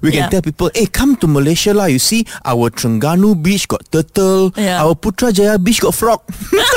We can Yeah. tell people, hey, come to Malaysia lah. You see, our Terengganu beach got turtle. Yeah. Our Putrajaya beach got frog.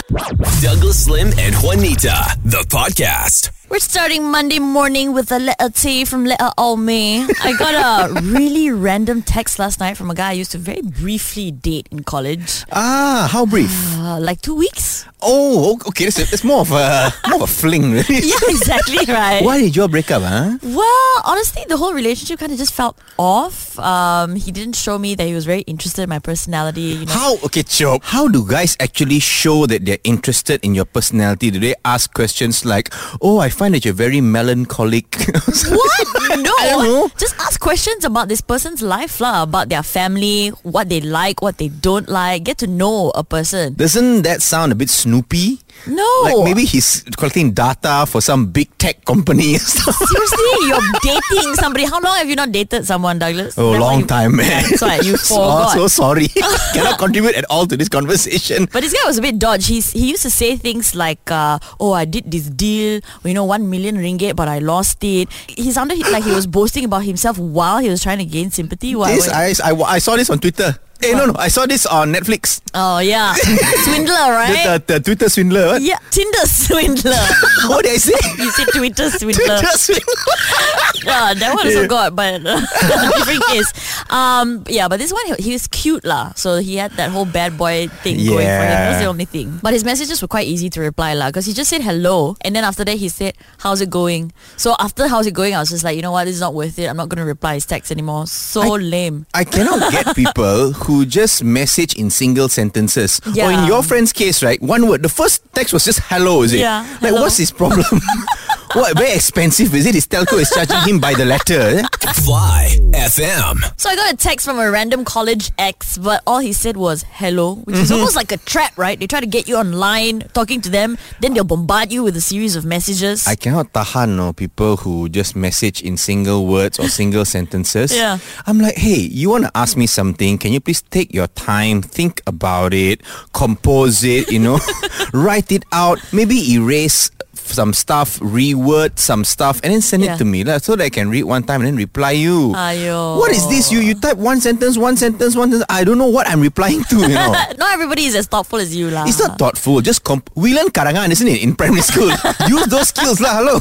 Douglas Slim and Juanita, the podcast. We're starting Monday morning with a letter T from letter Alme. I got a really random text last night from a guy I used to very briefly date in college, ah, how brief. uh, like two weeks. Oh, o- okay. It's, it's more of a more of a fling, really. Yeah, exactly right. Why did you all break up, huh? Well, honestly, the whole relationship kind of just felt off. Um, he didn't show me that he was very interested in my personality. You know, How okay, Chop? How do guys actually show that they're interested in your personality? Do they ask questions like, "Oh, I find that you're very melancholic"? what? No, I don't know. just ask questions about this person's life, lah, about their family, what they like, what they don't like. Get to know a person. Doesn't that sound a bit snoopy? No, Like maybe he's collecting data for some big tech company. and stuff. seriously, you're dating somebody. How long have you not dated someone, Douglas? oh, That's why long you- time, man. That's why you So- forgot. So sorry. Cannot contribute at all to this conversation. But this guy was a bit dodge. He's, he used to say things like, uh, "Oh, I did this deal, you know, one million ringgit, but I lost it." He sounded like he was boasting about himself while he was trying to gain sympathy. While This, I, I, I saw this on Twitter. Hey, no, no, I saw this on Netflix. oh yeah, swindler, right? The, the, the Twitter swindler. What? Yeah, Tinder swindler. What did I say? You said Twitter swindler. Twitter swindler. Yeah, that one also got, but different case. Um, yeah, but this one he, he was cute lah, so he had that whole bad boy thing going for him. That's the Yeah. only thing. But his messages were quite easy to reply lah, because he just said hello, and then after that he said how's it going. So after how's it going, I was just like, you know what, this is not worth it. I'm not gonna reply his text anymore. So lame. I cannot get people who just message in single sentences. Or in Yeah. your friend's case, right? One word. The first text was just hello, is it? Yeah, Like, hello. what's his problem? what, very expensive, is it? His telco is charging him by the letter. eh? Fly FM. So I got a text from a random college ex, but all he said was hello, which is Mm-hmm. almost like a trap, right? They try to get you online, talking to them, then they'll bombard you with a series of messages. I cannot tahan no people who just message in single words or single sentences. Yeah. I'm like, hey, you want to ask me something? Can you please take your time, think about it, compose it, you know, write it out, maybe erase some stuff, reword some stuff, and then send Yeah. it to me lah, so that I can read one time and then reply you. Aiyo. What is this? You you type one sentence, one sentence, one sentence. I don't know what I'm replying to. You know. Not everybody is as thoughtful as you, lah. It's not thoughtful. Just comp- we learn karangan, isn't it, in primary school? Use those skills lah. Hello.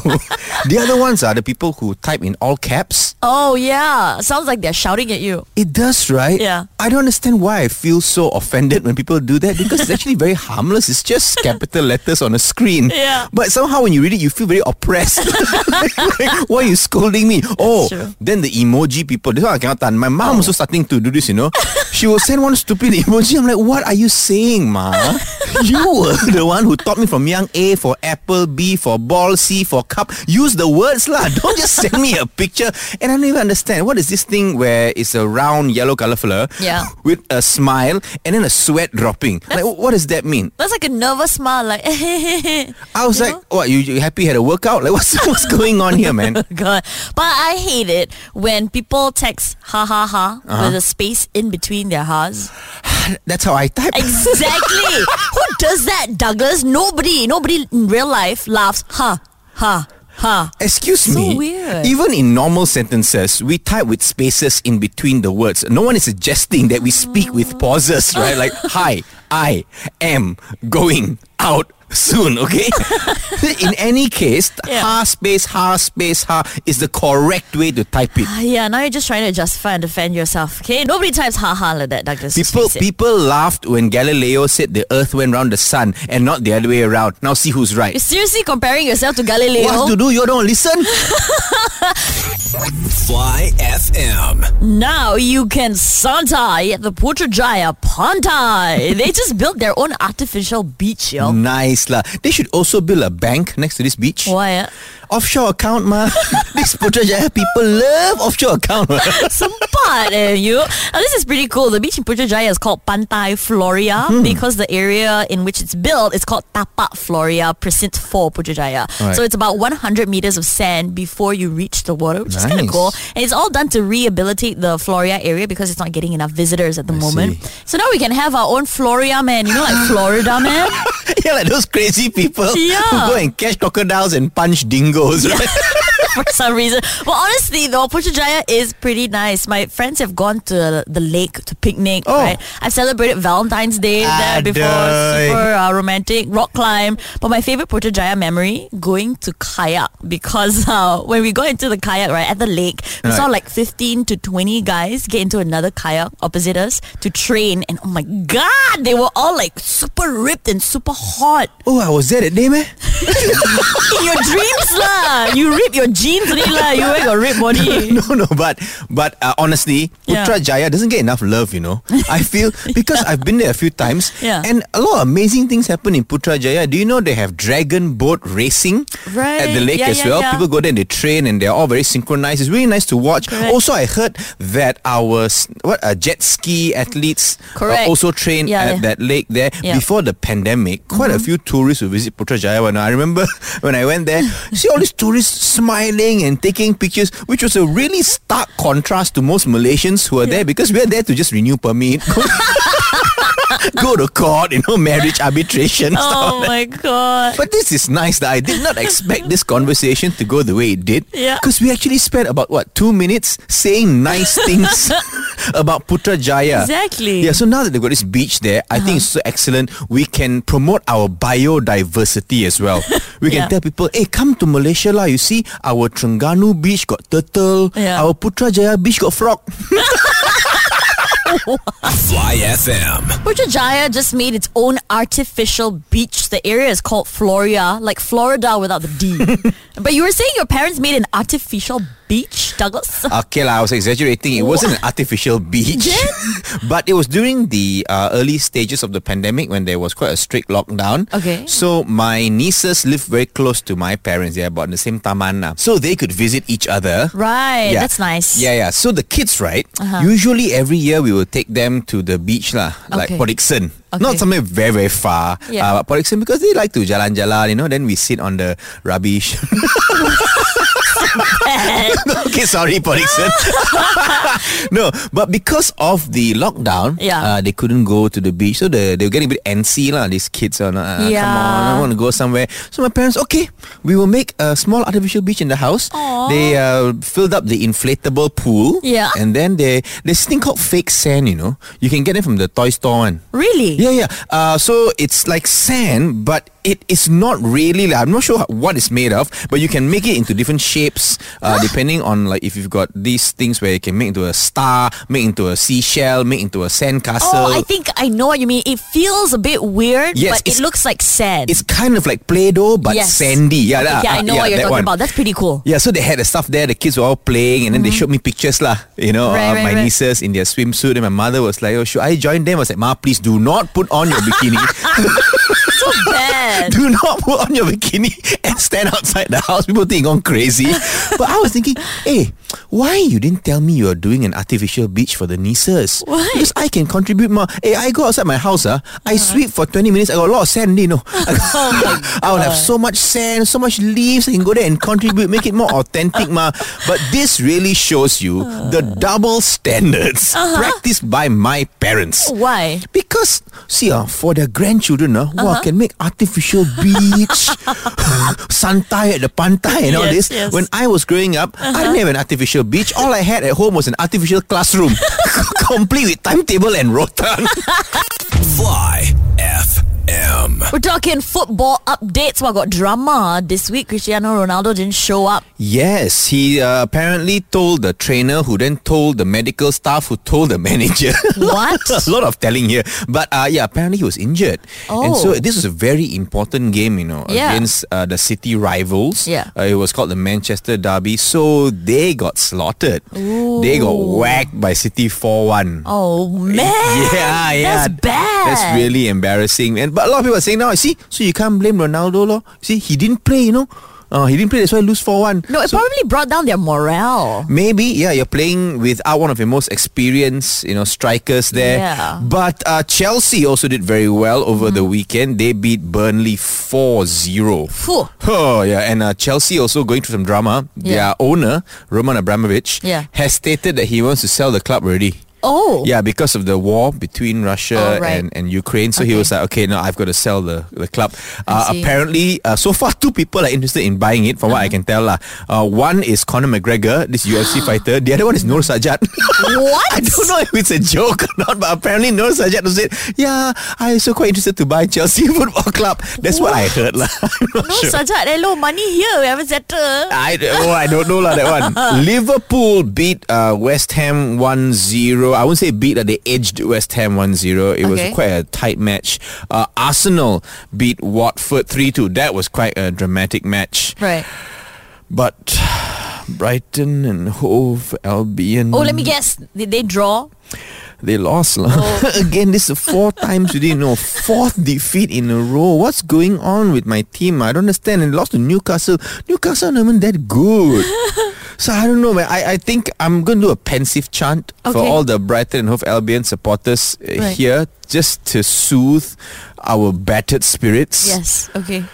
the other ones are the people who type in all caps. Oh yeah, sounds like they're shouting at you. It does, right? Yeah. I don't understand why I feel so offended when people do that because it's actually very harmless. It's just capital letters on a screen. Yeah. But somehow when you read it, you feel very oppressed. like, like, why are you scolding me? oh, true. Oh. then the emoji people. This one I cannot stand. My mom also starting to do this, you know. she will send one stupid emoji. I'm like, what are you saying, ma? you were the one who taught me from young A for apple, B for ball, C for cup. Use the words lah. Don't just send me a picture. And I don't even understand. What is this thing where it's a round yellow color fleur Yeah. with a smile and then a sweat dropping? Like, what does that mean? That's like a nervous smile, like I was You like, know? what, you, you happy had a workout? Like, what's, what's going on here, man? God. But I hate it when people text ha ha ha Uh-huh. with a space in between their ha's. That's how I type. Exactly. Who does that, Douglas? Nobody. Nobody in real life laughs ha ha ha. Excuse So me. weird. Even in normal sentences, we type with spaces in between the words. No one is suggesting that we speak Oh. with pauses, right? Like, hi, I am going out soon, okay? in any case, Yeah. ha space, ha space, ha is the correct way to type it. Ah, Yeah, now you're just trying to justify and defend yourself. Okay, nobody types ha ha like that, Douglas. Just People, face it. people laughed when Galileo said the earth went round the sun and not the other way around. Now see who's right. You're seriously comparing yourself to Galileo. What to do? You don't listen? Fly FM. Now you can santai at the Putrajaya Pantai. they just built their own artificial Mm. beach, yo. Oh. Nice lah. They should also build a bank next to this beach. Why? eh? Offshore account ma This Putrajaya people love offshore account ma. Sempat eh, you. Now, this is pretty cool. The beach in Putrajaya is called Pantai Floria because the area in which it's built is called Tapak Floria, precinct 4 Putrajaya. Alright. So it's about 100 meters of sand before you reach the water, which is kind of Nice. cool. And it's all done to rehabilitate the Floria area because it's not getting enough visitors at the moment. So now we can have our own Floria man, you know, like Florida man. Yeah like those crazy people Yeah. Who go and catch crocodiles and punch dingoes right? for some reason. But honestly, though, Putrajaya is pretty nice. My friends have gone to the lake to picnic. Oh. Ah, Right? I've celebrated Valentine's Day there Adoy. before. Super uh, romantic rock climb. But my favorite Putrajaya memory going to kayak because uh, when we got into the kayak right at the lake, we saw Right. like fifteen to twenty guys get into another kayak opposite us to train. And oh my god, they were all like super ripped and super hot. Oh, I was there that day, man. In your dreams lah. You rip your jeans only lah. You wear your ripped body. no, no, but but uh, honestly, Yeah. Putra Jaya doesn't get enough love. You know, I feel because I've been there a few times, Yeah. and a lot of amazing things happen in Putra Jaya. Do you know they have dragon boat racing at the Right. lake Yeah, as yeah, well? yeah. People go there and they train, and they're all very synchronized. It's really nice to watch. Correct. Also, I heard that our s- what uh, jet ski athletes uh, Correct. also train Yeah, at yeah. that lake there Yeah. Mm-hmm. before the pandemic. Quite a few tourists would visit Putrajaya. When I remember when I went there, see all these tourists smiling and taking pictures, which was a really stark contrast to most Malaysians who are there because we are there to just renew permit. Go to court, you know, marriage arbitration. stuff. Oh my god. But this is nice that I did not expect this conversation to go the way it did. Yeah. Because we actually spent about, what, two minutes saying nice things about Putrajaya. Exactly. Yeah, so now that they've got this beach there, I think it's so excellent. We can promote our biodiversity as well. We can Yeah. tell people, hey, come to Malaysia lah. You see, our Trengganu beach got turtle. Yeah. Our Putrajaya beach got frog. Fly FM. Putrajaya just made its own artificial beach. The area is called Floria, like Florida without the D. but you were saying your parents made an artificial beach, Douglas? Okay, lah, I was exaggerating. It wasn't an artificial beach. Then? but it was during the uh, early stages of the pandemic when there was quite a strict lockdown. Okay. So my nieces live very close to my parents. They're about in the same taman. lah. So they could visit each other. Right, that's nice. Uh-huh. Yeah, yeah. So the kids, right? Usually every year we will take them to the beach, lah, like Okay. Podixon. Not Okay. somewhere very, very far. Yeah. Uh, but Podixon because they like to jalan-jalan, you know, then we sit on the rubbish. okay, sorry, Podixon. no, but because of the lockdown, Yeah. uh, they couldn't go to the beach. So the, they were getting a bit antsy, lah, these kids. Uh, uh, Come on, I Yeah. want to go somewhere. So my parents, okay, we will make a small artificial beach in the house. Aw. They uh, filled up the inflatable pool. Yeah. And then they, there's this thing called fake sand, you know. You can get it from the toy store one. really? Yeah, yeah. Uh, so it's like sand, but it is not really. Like, I'm not sure what it's made of, but you can make it into different shapes uh, depending on like if you've got these things where you can make into a star, make into a seashell, make into a sandcastle. Oh, I think I know what you mean. It feels a bit weird, Yes, but it's- it looks like sand. it's kind of like Play-Doh, but Yes. sandy. Yeah, Okay, that- yeah, I uh, know what you're that talking one. about. That's pretty cool. Yeah, so they had the stuff there. The kids were all playing, and then they showed me pictures, lah. You know, Mm-hmm. Right, uh, right, my right. nieces in their swimsuit, and my mother was like, "Oh, should I join them?" I was like, "Ma, please do not put on your bikini. So bad. do not put on your bikini and stand outside the house. People think I'm crazy." but I was thinking, "Hey, why you didn't tell me you are doing an artificial beach for the nieces? Why? Uh-huh. Because I can contribute more. Hey, I go outside my house. Ah, I sweep for twenty minutes. I got a lot of sand, you know. Oh my I would have so much sand, so much leaves. I can go there and contribute, make it more authentic, ma. But this really shows you Uh. the double standards Uh-huh. practiced by my parents. Why? Because see, ah, for their grandchildren, uh, wow, Uh-huh. can make artificial beach, santai at the pantai, and all this. Yes, yes. Uh-huh. When I was growing up, I didn't have an artificial beach. All I had at home was an artificial classroom, complete with timetable and rotan. Fly FM. We're talking football updates. Well, I got drama this week. Cristiano Ronaldo didn't show up. Yes, he uh, apparently told the trainer, who then told the medical staff, who told the manager. What? a lot of telling here, but uh, yeah, apparently he was injured, and so Oh. this was a very important game, you know, Yeah. against uh, the city rivals. Yeah. uh, it was called the Manchester Derby, so they got slaughtered. They got whacked by City four one. Oh man. Yeah, yeah. That's bad. That's really embarrassing. And but a lot of people are saying now, see, so you can't blame Ronaldo, lor. See, he didn't play, you know. Uh, he didn't play, that's why lose four one. No, it probably brought down their morale. Maybe, yeah, you're playing without one of your most experienced, you know, strikers there. Yeah. Mm-hmm. But uh, Chelsea also did very well over the weekend. They beat Burnley 4-0. Phew. Oh, yeah, and uh, Chelsea also going through some drama. Their Yeah. owner, Roman Abramovich, Yeah. has stated that he wants to sell the club already. Oh. Yeah, because of the war between Russia Oh, right. and, and Ukraine. So he Okay. was like, okay, no, I've got to sell the, the club. Uh, see. Uh-huh. apparently, uh, so far, two people are interested in buying it, from what I can tell. lah. Uh, one is Conor McGregor, this UFC fighter. The other one is Noor Sajat. What? I don't know if it's a joke or not, but apparently Noor Sajat was said, yeah, I'm so quite interested to buy Chelsea Football Club. That's what, I heard. lah. I'm not No, sure. Sajat, hello, money here. We haven't settled. I, oh, I don't know lah that one. Liverpool beat uh, West Ham 1-0. I wouldn't say beat, uh, they edged West Ham 1-0. It was Okay. quite a tight match. Uh, Arsenal beat Watford 3-2. That was quite a dramatic match. right. But Brighton and Hove Albion. Oh, let me guess. Did they draw? They lost. lah. Oh. Again, this is four times today. No, fourth defeat in a row. What's going on with my team? I don't understand. And lost to Newcastle. Newcastle not even that good. so I don't know, man. I, I think I'm going to do a pensive chant for Okay. all the Brighton and Hove Albion supporters uh, Right. here just to soothe our battered spirits. Yes. Okay.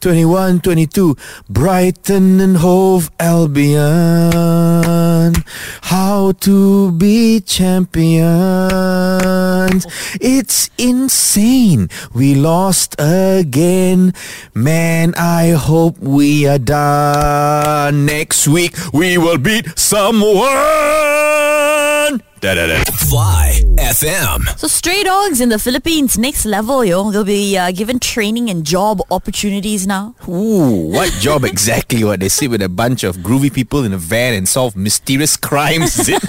21, 22. Brighton and Hove Albion. How to be champions. It's insane. We lost again. Man, I hope we are done. Next week, we will beat someone. Da-da-da. Fly FM. So stray dogs in the Philippines, next level, yo. They'll be uh, given training and job opportunities now. Ooh, what job exactly? What they sit with a bunch of groovy people in a van and solve mysterious crimes? Is it?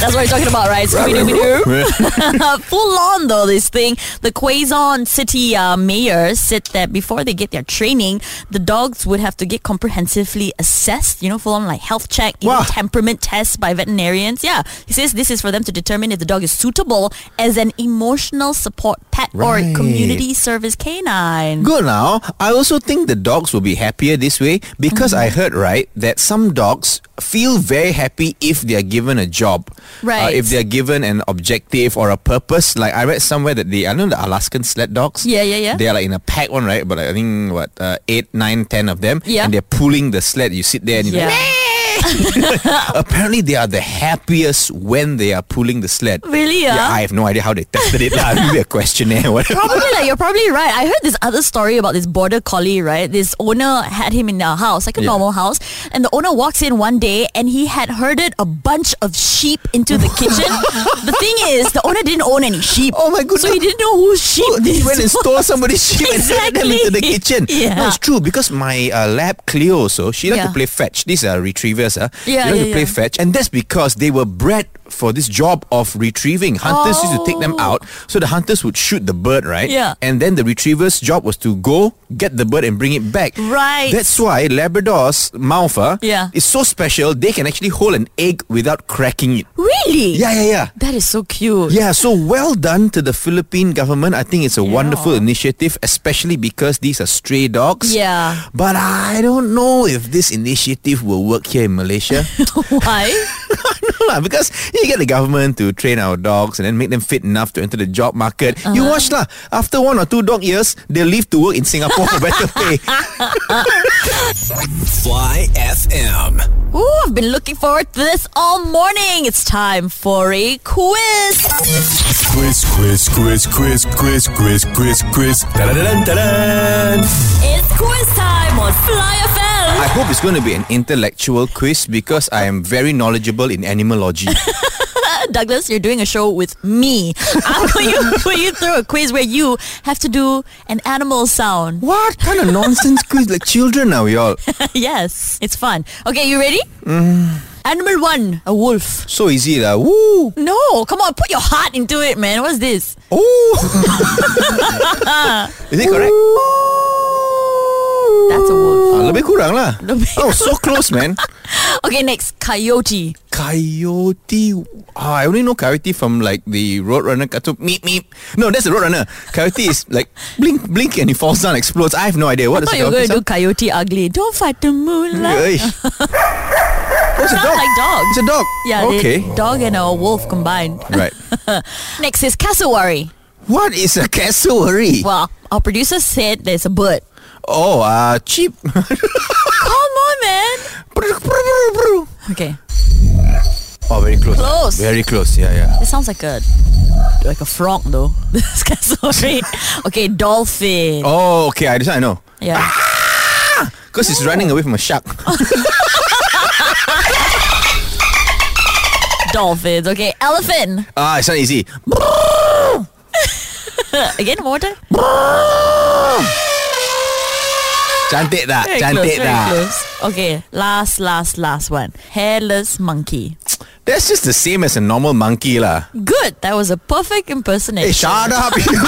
That's what you're talking about, right? Scooby-Dooby-Doo. Full on though, this thing. The Quezon City uh, mayor said that before they get their training, the dogs would have to get comprehensively assessed, you know, full on like health check, even Wow. temperament tests by veterinarians. Yeah. He says this is for them to determine if the dog is suitable as an emotional support pet Right. or community service canine. Good now. I also think the dogs will be happier this way because Mm-hmm. I heard right that some dogs feel very happy if they are given a job, Uh, Right. if they are given an objective or a purpose. Like I read somewhere that the I know the Alaskan sled dogs. Yeah, yeah, yeah. They are like in a pack one, right? But I think what uh, eight, nine, ten of them. Yeah. And they're pulling the sled. You sit there and you Yeah. apparently they are the happiest when they are pulling the sled. Really, Yeah, ah? I have no idea how they tested it. lah. Maybe a questionnaire. or Whatever. probably like you're probably right. I heard this other story about this border collie, right? This owner had him in a house, like a Yeah. normal house, and the owner walks in one day and he had herded a bunch of sheep into the kitchen. the thing is, the owner didn't own any sheep. Oh my goodness. So he didn't know whose sheep He this went and was. stole somebody's sheep and sent them Exactly. into the kitchen. Yeah. No, it's true because my uh, lab Cleo also she like to Yeah. play fetch. These are retrievers, huh? they Yeah, like yeah, to play yeah. fetch, and that's because they were bred for this job of retrieving. Hunters used to take them Oh. out, so the hunters would shoot the bird, right? Yeah. And then the retriever's job was to go get the bird and bring it back. Right. That's why Labrador's mouth, uh, Yeah. is so special. They can actually hold an egg without cracking it. Really? Yeah, yeah, yeah. That is so cute. Yeah, so well done to the Philippine government. I think it's a wonderful initiative, especially because these are stray dogs. Yeah. But I don't know if this initiative will work here in Malaysia. Why? no lah, because you get the government to train our dogs and then make them fit enough to enter the job market. You watch lah. After one or two dog years, they leave to work in Singapore for better pay. Fly FM. Ooh, I've been looking forward to this all morning. It's time for a quiz. Quiz, quiz, quiz, quiz, quiz, quiz, quiz, quiz. Da-da-da-dun, da-dun. It's quiz time on Fly FM. I hope it's going to be an intellectual quiz because I am very knowledgeable in animalogy. Douglas, you're doing a show with me. I'm going to put you through a quiz where you have to do an animal sound. what kind of nonsense quiz? Like children are we all? yes, it's fun. Okay, you ready? Mm. Animal one, a wolf. So easy lah. Woo! No, come on, put your heart into it, man. What's this? Oh! Is it correct? That's a wolf. Ah, lebih kurang lah. Lebih oh, so close, man. Okay, next, coyote. Coyote. Ah, I only know coyote from like the Roadrunner cartoon. Meep, meep. No, that's the Roadrunner. Coyote is like blink, blink and he falls down, explodes. I have no idea. What I is thought the you were coyote going to do sound? coyote ugly. Don't fight the moonlight. Eish. Oh, it's a Sound dog. like dog. It's a dog. Yeah, they- Okay. dog and a wolf combined. Right. Next is cassowary. What is a cassowary? Well, our producer said there's a bird. Oh, uh, cheap. Come on, man. Okay. Oh, very close. Close. Very close. Yeah, yeah. It sounds like a like a frog though. This guy sorry. Okay, dolphin. Oh, okay. I decide. I know. Yeah. Because it's running away from a shark. Dolphins. Okay. Elephant. Ah, it's not easy. Uh, Again, one more time. Cantik tak? Very Cantik close, very tak? close. Okay. Last, last, last one. Hairless monkey. That's just the same as a normal monkey lah. Good. That was a perfect impersonation. Hey, shut up. you.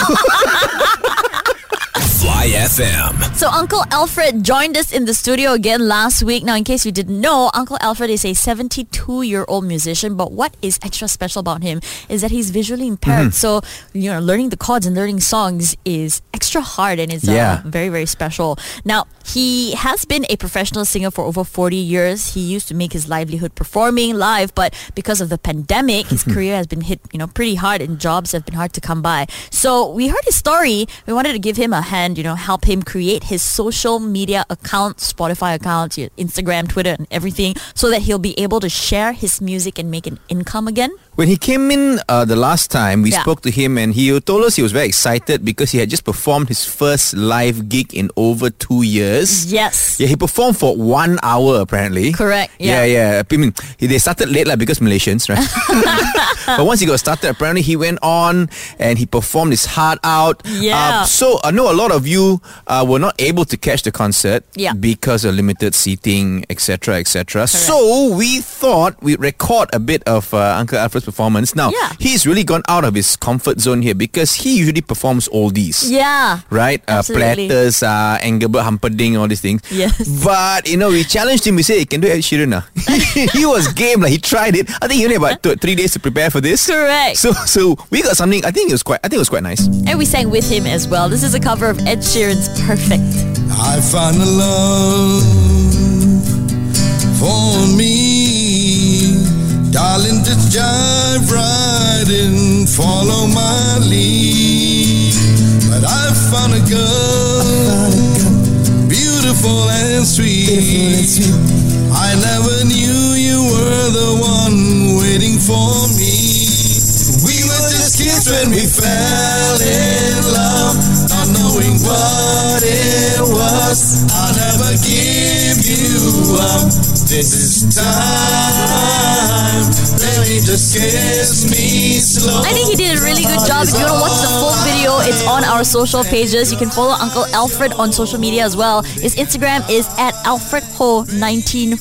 Fly FM. So Uncle Alfred joined us in the studio again last week. Now, in case you didn't know, Uncle Alfred is a 72-year-old musician. But what is extra special about him is that he's visually impaired. So you know, learning the chords and learning songs is extra hard and it's Yeah. uh, very, very special. Now, he has been a professional singer for over 40 years. He used to make his livelihood performing live, but because of the pandemic, his career has been hit, you know, pretty hard and jobs have been hard to come by. So we heard his story. We wanted to give him a hand, you know, help him create his social media account, Spotify account, your Instagram, Twitter, and everything so that he'll be able to share his music and make an income again. When he came in uh, the last time, we Yeah. spoke to him and he told us he was very excited because he had just performed his first live gig in over two years. Yes. Yeah, he performed for one hour apparently. Correct, Yeah, yeah. I mean, he- they started late like because Malaysians, right? but once he got started, apparently he went on and he performed his heart out. Yeah. Uh, so I know a lot of you uh, were not able to catch the concert Yeah. because of limited seating, etc., etc. So we thought we'd record a bit of uh, Uncle Alfred's performance. Now Yeah. he's really gone out of his comfort zone here because he usually performs oldies Yeah. right? Uh, Absolutely. platters, uh, Engelbert Humperdinck, all these things. Yes. But, you know, we challenged him. We said, you can do Ed Sheeran. ah." he was game. Like, he tried it. I think he only had about two, three days to prepare for this. Correct. So, so we got something. I think it was quite, I think it was quite nice. And we sang with him as well. This is a cover of Ed Sheeran's Perfect. I found a love for me. Darling, just jive right in, follow my lead. But I found a girl, beautiful and sweet. I never knew you were the one waiting for me. We were just kids when we fell in love, not knowing what it was. I'll never give you up. This is time. Baby, just kiss me slow. I think he did a really good job. If you want to watch the full video, it's on our social pages. You can follow Uncle Alfred on social media as well. His Instagram is at Alfred Ho 1949.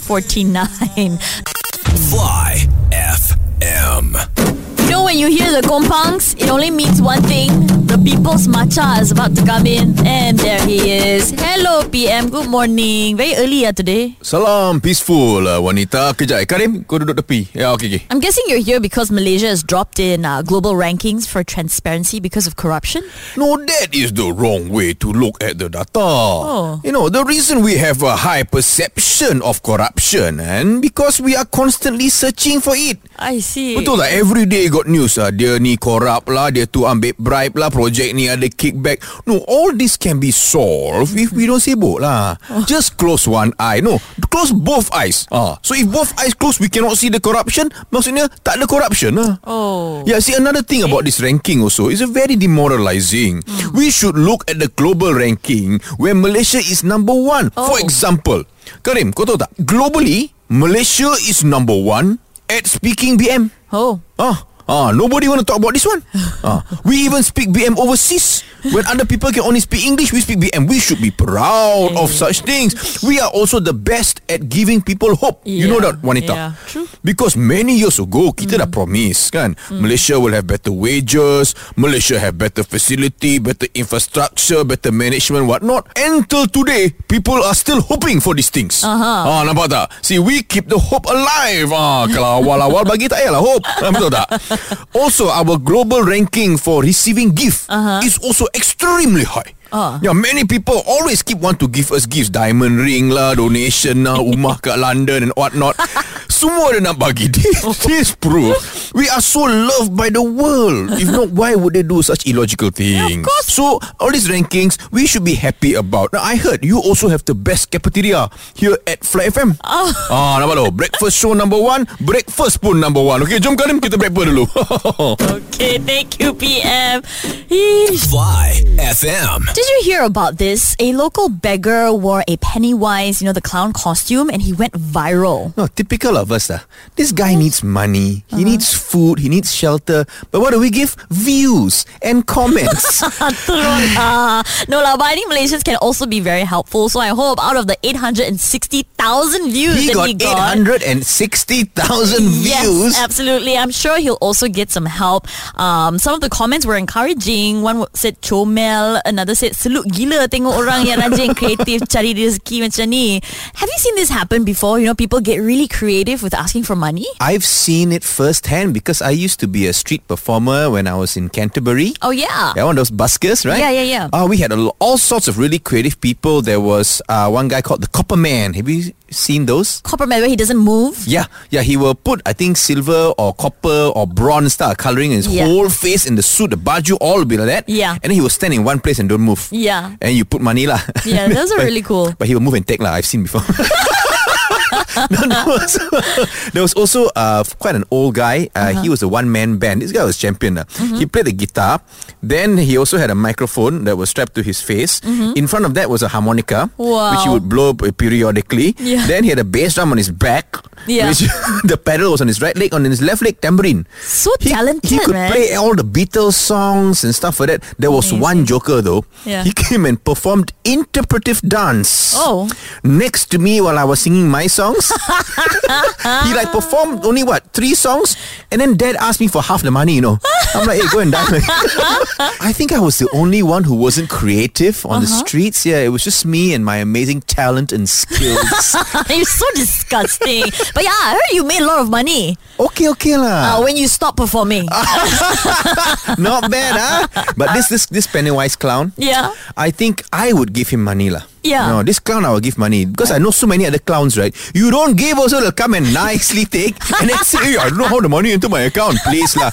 Fly FM. You know, when you hear the compangs, it only means one thing. The people's matcha is about to come in. And there he is. Hello, PM. Good morning. Very early ah, today. Salam, peaceful uh, wanita. Kejap. eh, Karim, kau duduk tepi. Yeah, okay, okay. I'm guessing you're here because Malaysia has dropped in uh, global rankings for transparency because of corruption. No, that is the wrong way to look at the data. Oh. You know, the reason we have a high perception of corruption and because we are constantly searching for it. I see. Betul lah Every day got news lah Dia ni corrupt lah Dia tu ambil bribe lah Projek ni ada kickback No all this can be solved If we don't sibuk lah Oh. Just close one eye No Close both eyes ah. So if both eyes close We cannot see the corruption Maksudnya Tak ada corruption lah Oh. Yeah, see another thing about this ranking also is a very demoralizing. Hmm. We should look at the global ranking where Malaysia is number one. For Oh. example, Karim, kau tahu tak? Globally, Malaysia is number one at speaking BM. Oh. Ah, ah, nobody want to talk about this one. Ah, we even speak BM overseas. When other people can only speak English, we speak BM. We should be proud of such things. We are also the best at giving people hope. You know that, Yeah, Wanita. yeah, true. Because many years ago, kita dah promise kan, Malaysia will have better wages, Malaysia have better facility, better infrastructure, better management, whatnot. Until today, people are still hoping for these things. Ah, nampak tak? See, we keep the hope alive. Ah, kalau awal-awal bagi tak payahlah hope. Ah, betul tak? Also, our global ranking for receiving gift is also extremely high. Ah. Yeah, many people always keep want to give us gifts. Diamond ring lah, donation lah, rumah kat London and whatnot. Semua dia nak bagi. This, this proof We are so loved by the world. If not, why would they do such illogical things? course. So all these rankings, we should be happy about. Now I heard you also have the best cafeteria here at Flat FM. Oh. Ah, nampak tu? Breakfast show number one, breakfast pun number one. Okay, jom Karim kita breakfast dulu. Okay, thank you, PM. Yeesh. Fly FM. Did you hear about this? A local beggar wore a Pennywise, you know, the clown costume, and he went viral. No, typical of us. ah. This guy needs money. He Uh-huh. needs food. He needs shelter. But what do we give? Views and comments. Ah, no, lah, but I think Malaysians can also be very helpful. So I hope out of the 860,000 views he that got he got, 860,000 views. Yes, absolutely. I'm sure he'll also get some help. Um, some of the comments were encouraging. One said comel, another said seluk gila tengok orang yang rajin kreatif cari rezeki macam ni. Have you seen this happen before? You know, people get really creative with asking for money. I've seen it firsthand because I used to be a street performer when I was in Canterbury. Oh yeah. Yeah, one of those buskers, right? Yeah, yeah, yeah. Uh, we had a, lo- all sorts of really creative people. There was uh, one guy called the Copper Man. Have you seen those? Copper metal, he doesn't move. Yeah, yeah, he will put I think silver or copper or bronze start colouring in his Yeah. whole face in the suit, the baju, all will be like that. Yeah. And then he will stand in one place and don't move. Yeah. And you put money lah. Yeah, those are But- really cool. But he will move and take lah. I've seen before. no, there, was, there was also uh, quite an old guy. Uh, Uh-huh. He was a one-man band. This guy was champion. lah. Mm-hmm. He played the guitar. Then he also had a microphone that was strapped to his face. In front of that was a harmonica, which he Mm-hmm. Wow. would blow p- periodically. Yeah. Then he had a bass drum on his back. Yeah. Which the pedal was on his right leg, on his left leg tambourine. So he, talented, He could man. play all the Beatles songs and stuff like that. There was one joker though. Yeah. He came and performed interpretive dance. Oh. Next to me while I was singing my songs. he like performed only what three songs, and then Dad asked me for half the money. You know, I'm like, hey, go and die. I think I was the only one who wasn't creative on the Uh-huh. streets. Yeah, it was just me and my amazing talent and skills. You're so disgusting. but yeah, I heard you made a lot of money okay, okay uh, lah. when you stopped performing. Ah. Not bad, huh? But this this this Pennywise clown. Yeah. I think I would give him money lah. Yeah. No, this clown I will give money because I know so many other clowns, right? You don't give also they'll come and nicely take and then say, hey, I don't know how the money into my account, please lah.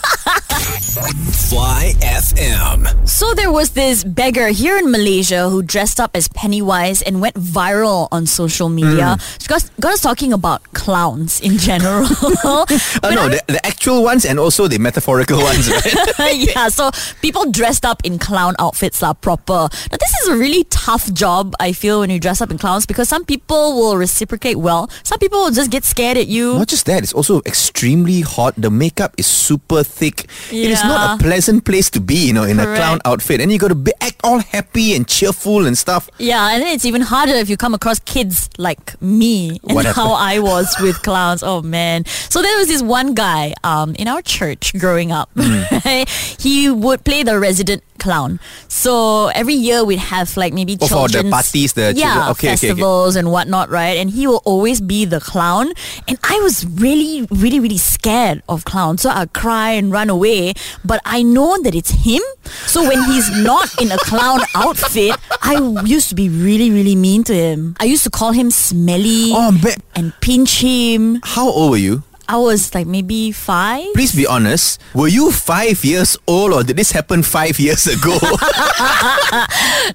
Fly FM. So there was this beggar here in Malaysia who dressed up as Pennywise and went viral on social media. She got, got us talking about clowns in general. Uh, But no, I- the, the actual ones and also the metaphorical ones, right? yeah, so people dressed up in clown outfits are proper. Now this is a really tough job I feel when you dress up in clowns because some people will reciprocate well. Some people will just get scared at you. Not just that, it's also extremely hot. The makeup is super thick. It is not a Yeah. pleasant place to be, you know, in a Correct. clown outfit. And you got to be, act all happy and cheerful and stuff. Yeah, and then it's even harder if you come across kids like me and What happened? how I was with clowns. Oh man! So there was this one guy um, in our church growing up. Mm. right? He would play the resident clown. So every year we'd have like maybe Oh, for the children's parties, the children- yeah okay, okay, okay. festivals and whatnot, right? And he will always be the clown. And I was really, really, really scared of clowns, so I'd cry and run away. But I know that it's him. So when he's not in a clown outfit, I used to be really, really mean to him. I used to call him smelly Oh, ba- and pinch him. how old were you? I was like maybe five. Please be honest. Were you five years old or did this happen five years ago?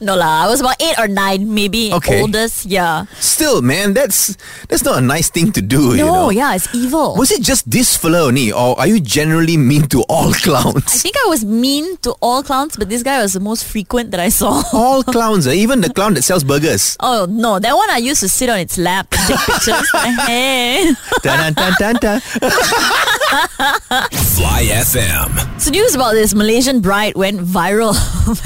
No lah, I was about eight or nine, maybe Okay. oldest. Yeah. Still, man, that's that's not a nice thing to do. you no, know? yeah, it's evil. Was it just this fella only, or are you generally mean to all I clowns? think I was mean to all clowns, but this guy was the most frequent that I saw. All clowns, eh? even the clown that sells burgers. Oh no, that one I used to sit on its lap and take pictures. hey. Dun, dun, dun, dun, dun. Fly FM. So news about this Malaysian bride went viral.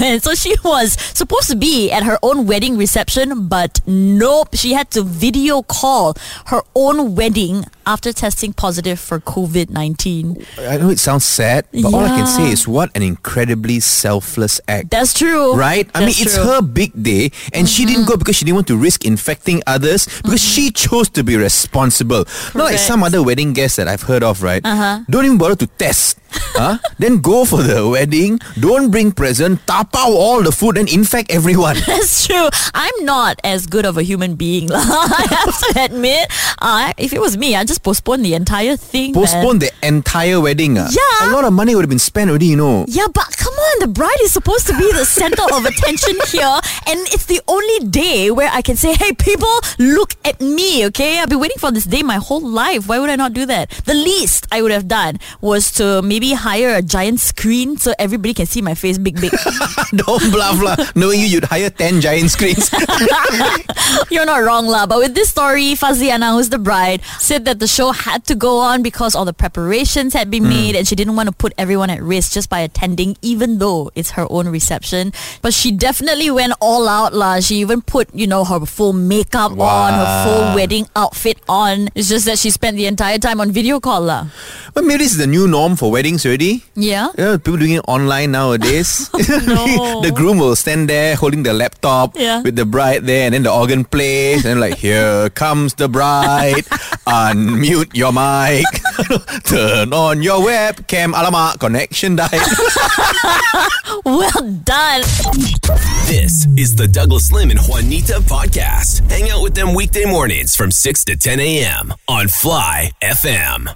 Man, so she was supposed to be at her own wedding reception, but nope, she had to video call her own wedding after testing positive for COVID-19. I know it sounds sad, but all I can Yeah. say is what an incredibly selfless act. That's true. Right? I mean, Oh, That's it's true. Mm-hmm. her big day, and she didn't go because she didn't want to risk infecting others because she chose to be responsible. Not like Correct. some other wedding guests that I've heard of, right? Uh-huh. Don't even bother to test. huh? Then go for the wedding, don't bring present, tapao all the food, and infect everyone. That's true. I'm not as good of a human being. lah. I have to admit, Uh, if it was me, I'd just postpone the entire thing. man. Postpone the entire wedding. ah. A Yeah. lot of money would have been spent already, you know. Yeah, but come on, the bride is supposed to be the center of attention here, and it's the only day where I can say, "Hey, people, look at me." Okay, I've been waiting for this day my whole life. Why would I not do that? The least I would have done was to maybe hire a giant screen so everybody can see my face, big, big. Don't bluff lah. Knowing you, you'd hire 10 giant screens. You're not wrong, lah. But with this story, Faziana, who's the bride, said that the show had to go on because all the preparations had been made and she didn't want to put everyone at risk just by attending, even though it's her own reception. But she definitely went all out, lah. She even put, you know, her full makeup on, her full Wow. wedding outfit on. It's just that she spent the entire time on video call, lah. but maybe this is the new norm for weddings already. Yeah? You know, people doing it online nowadays. Oh, no. the groom will stand there holding the laptop Yeah. with the bride there and then the organ plays and like, here comes the bride. Unmute your mic. Turn on your webcam. Alamak, connection died. Well done. This is the Douglas Lim and Juanita podcast. Hang out with them weekday mornings from 6 to 10 a.m. on Fly FM.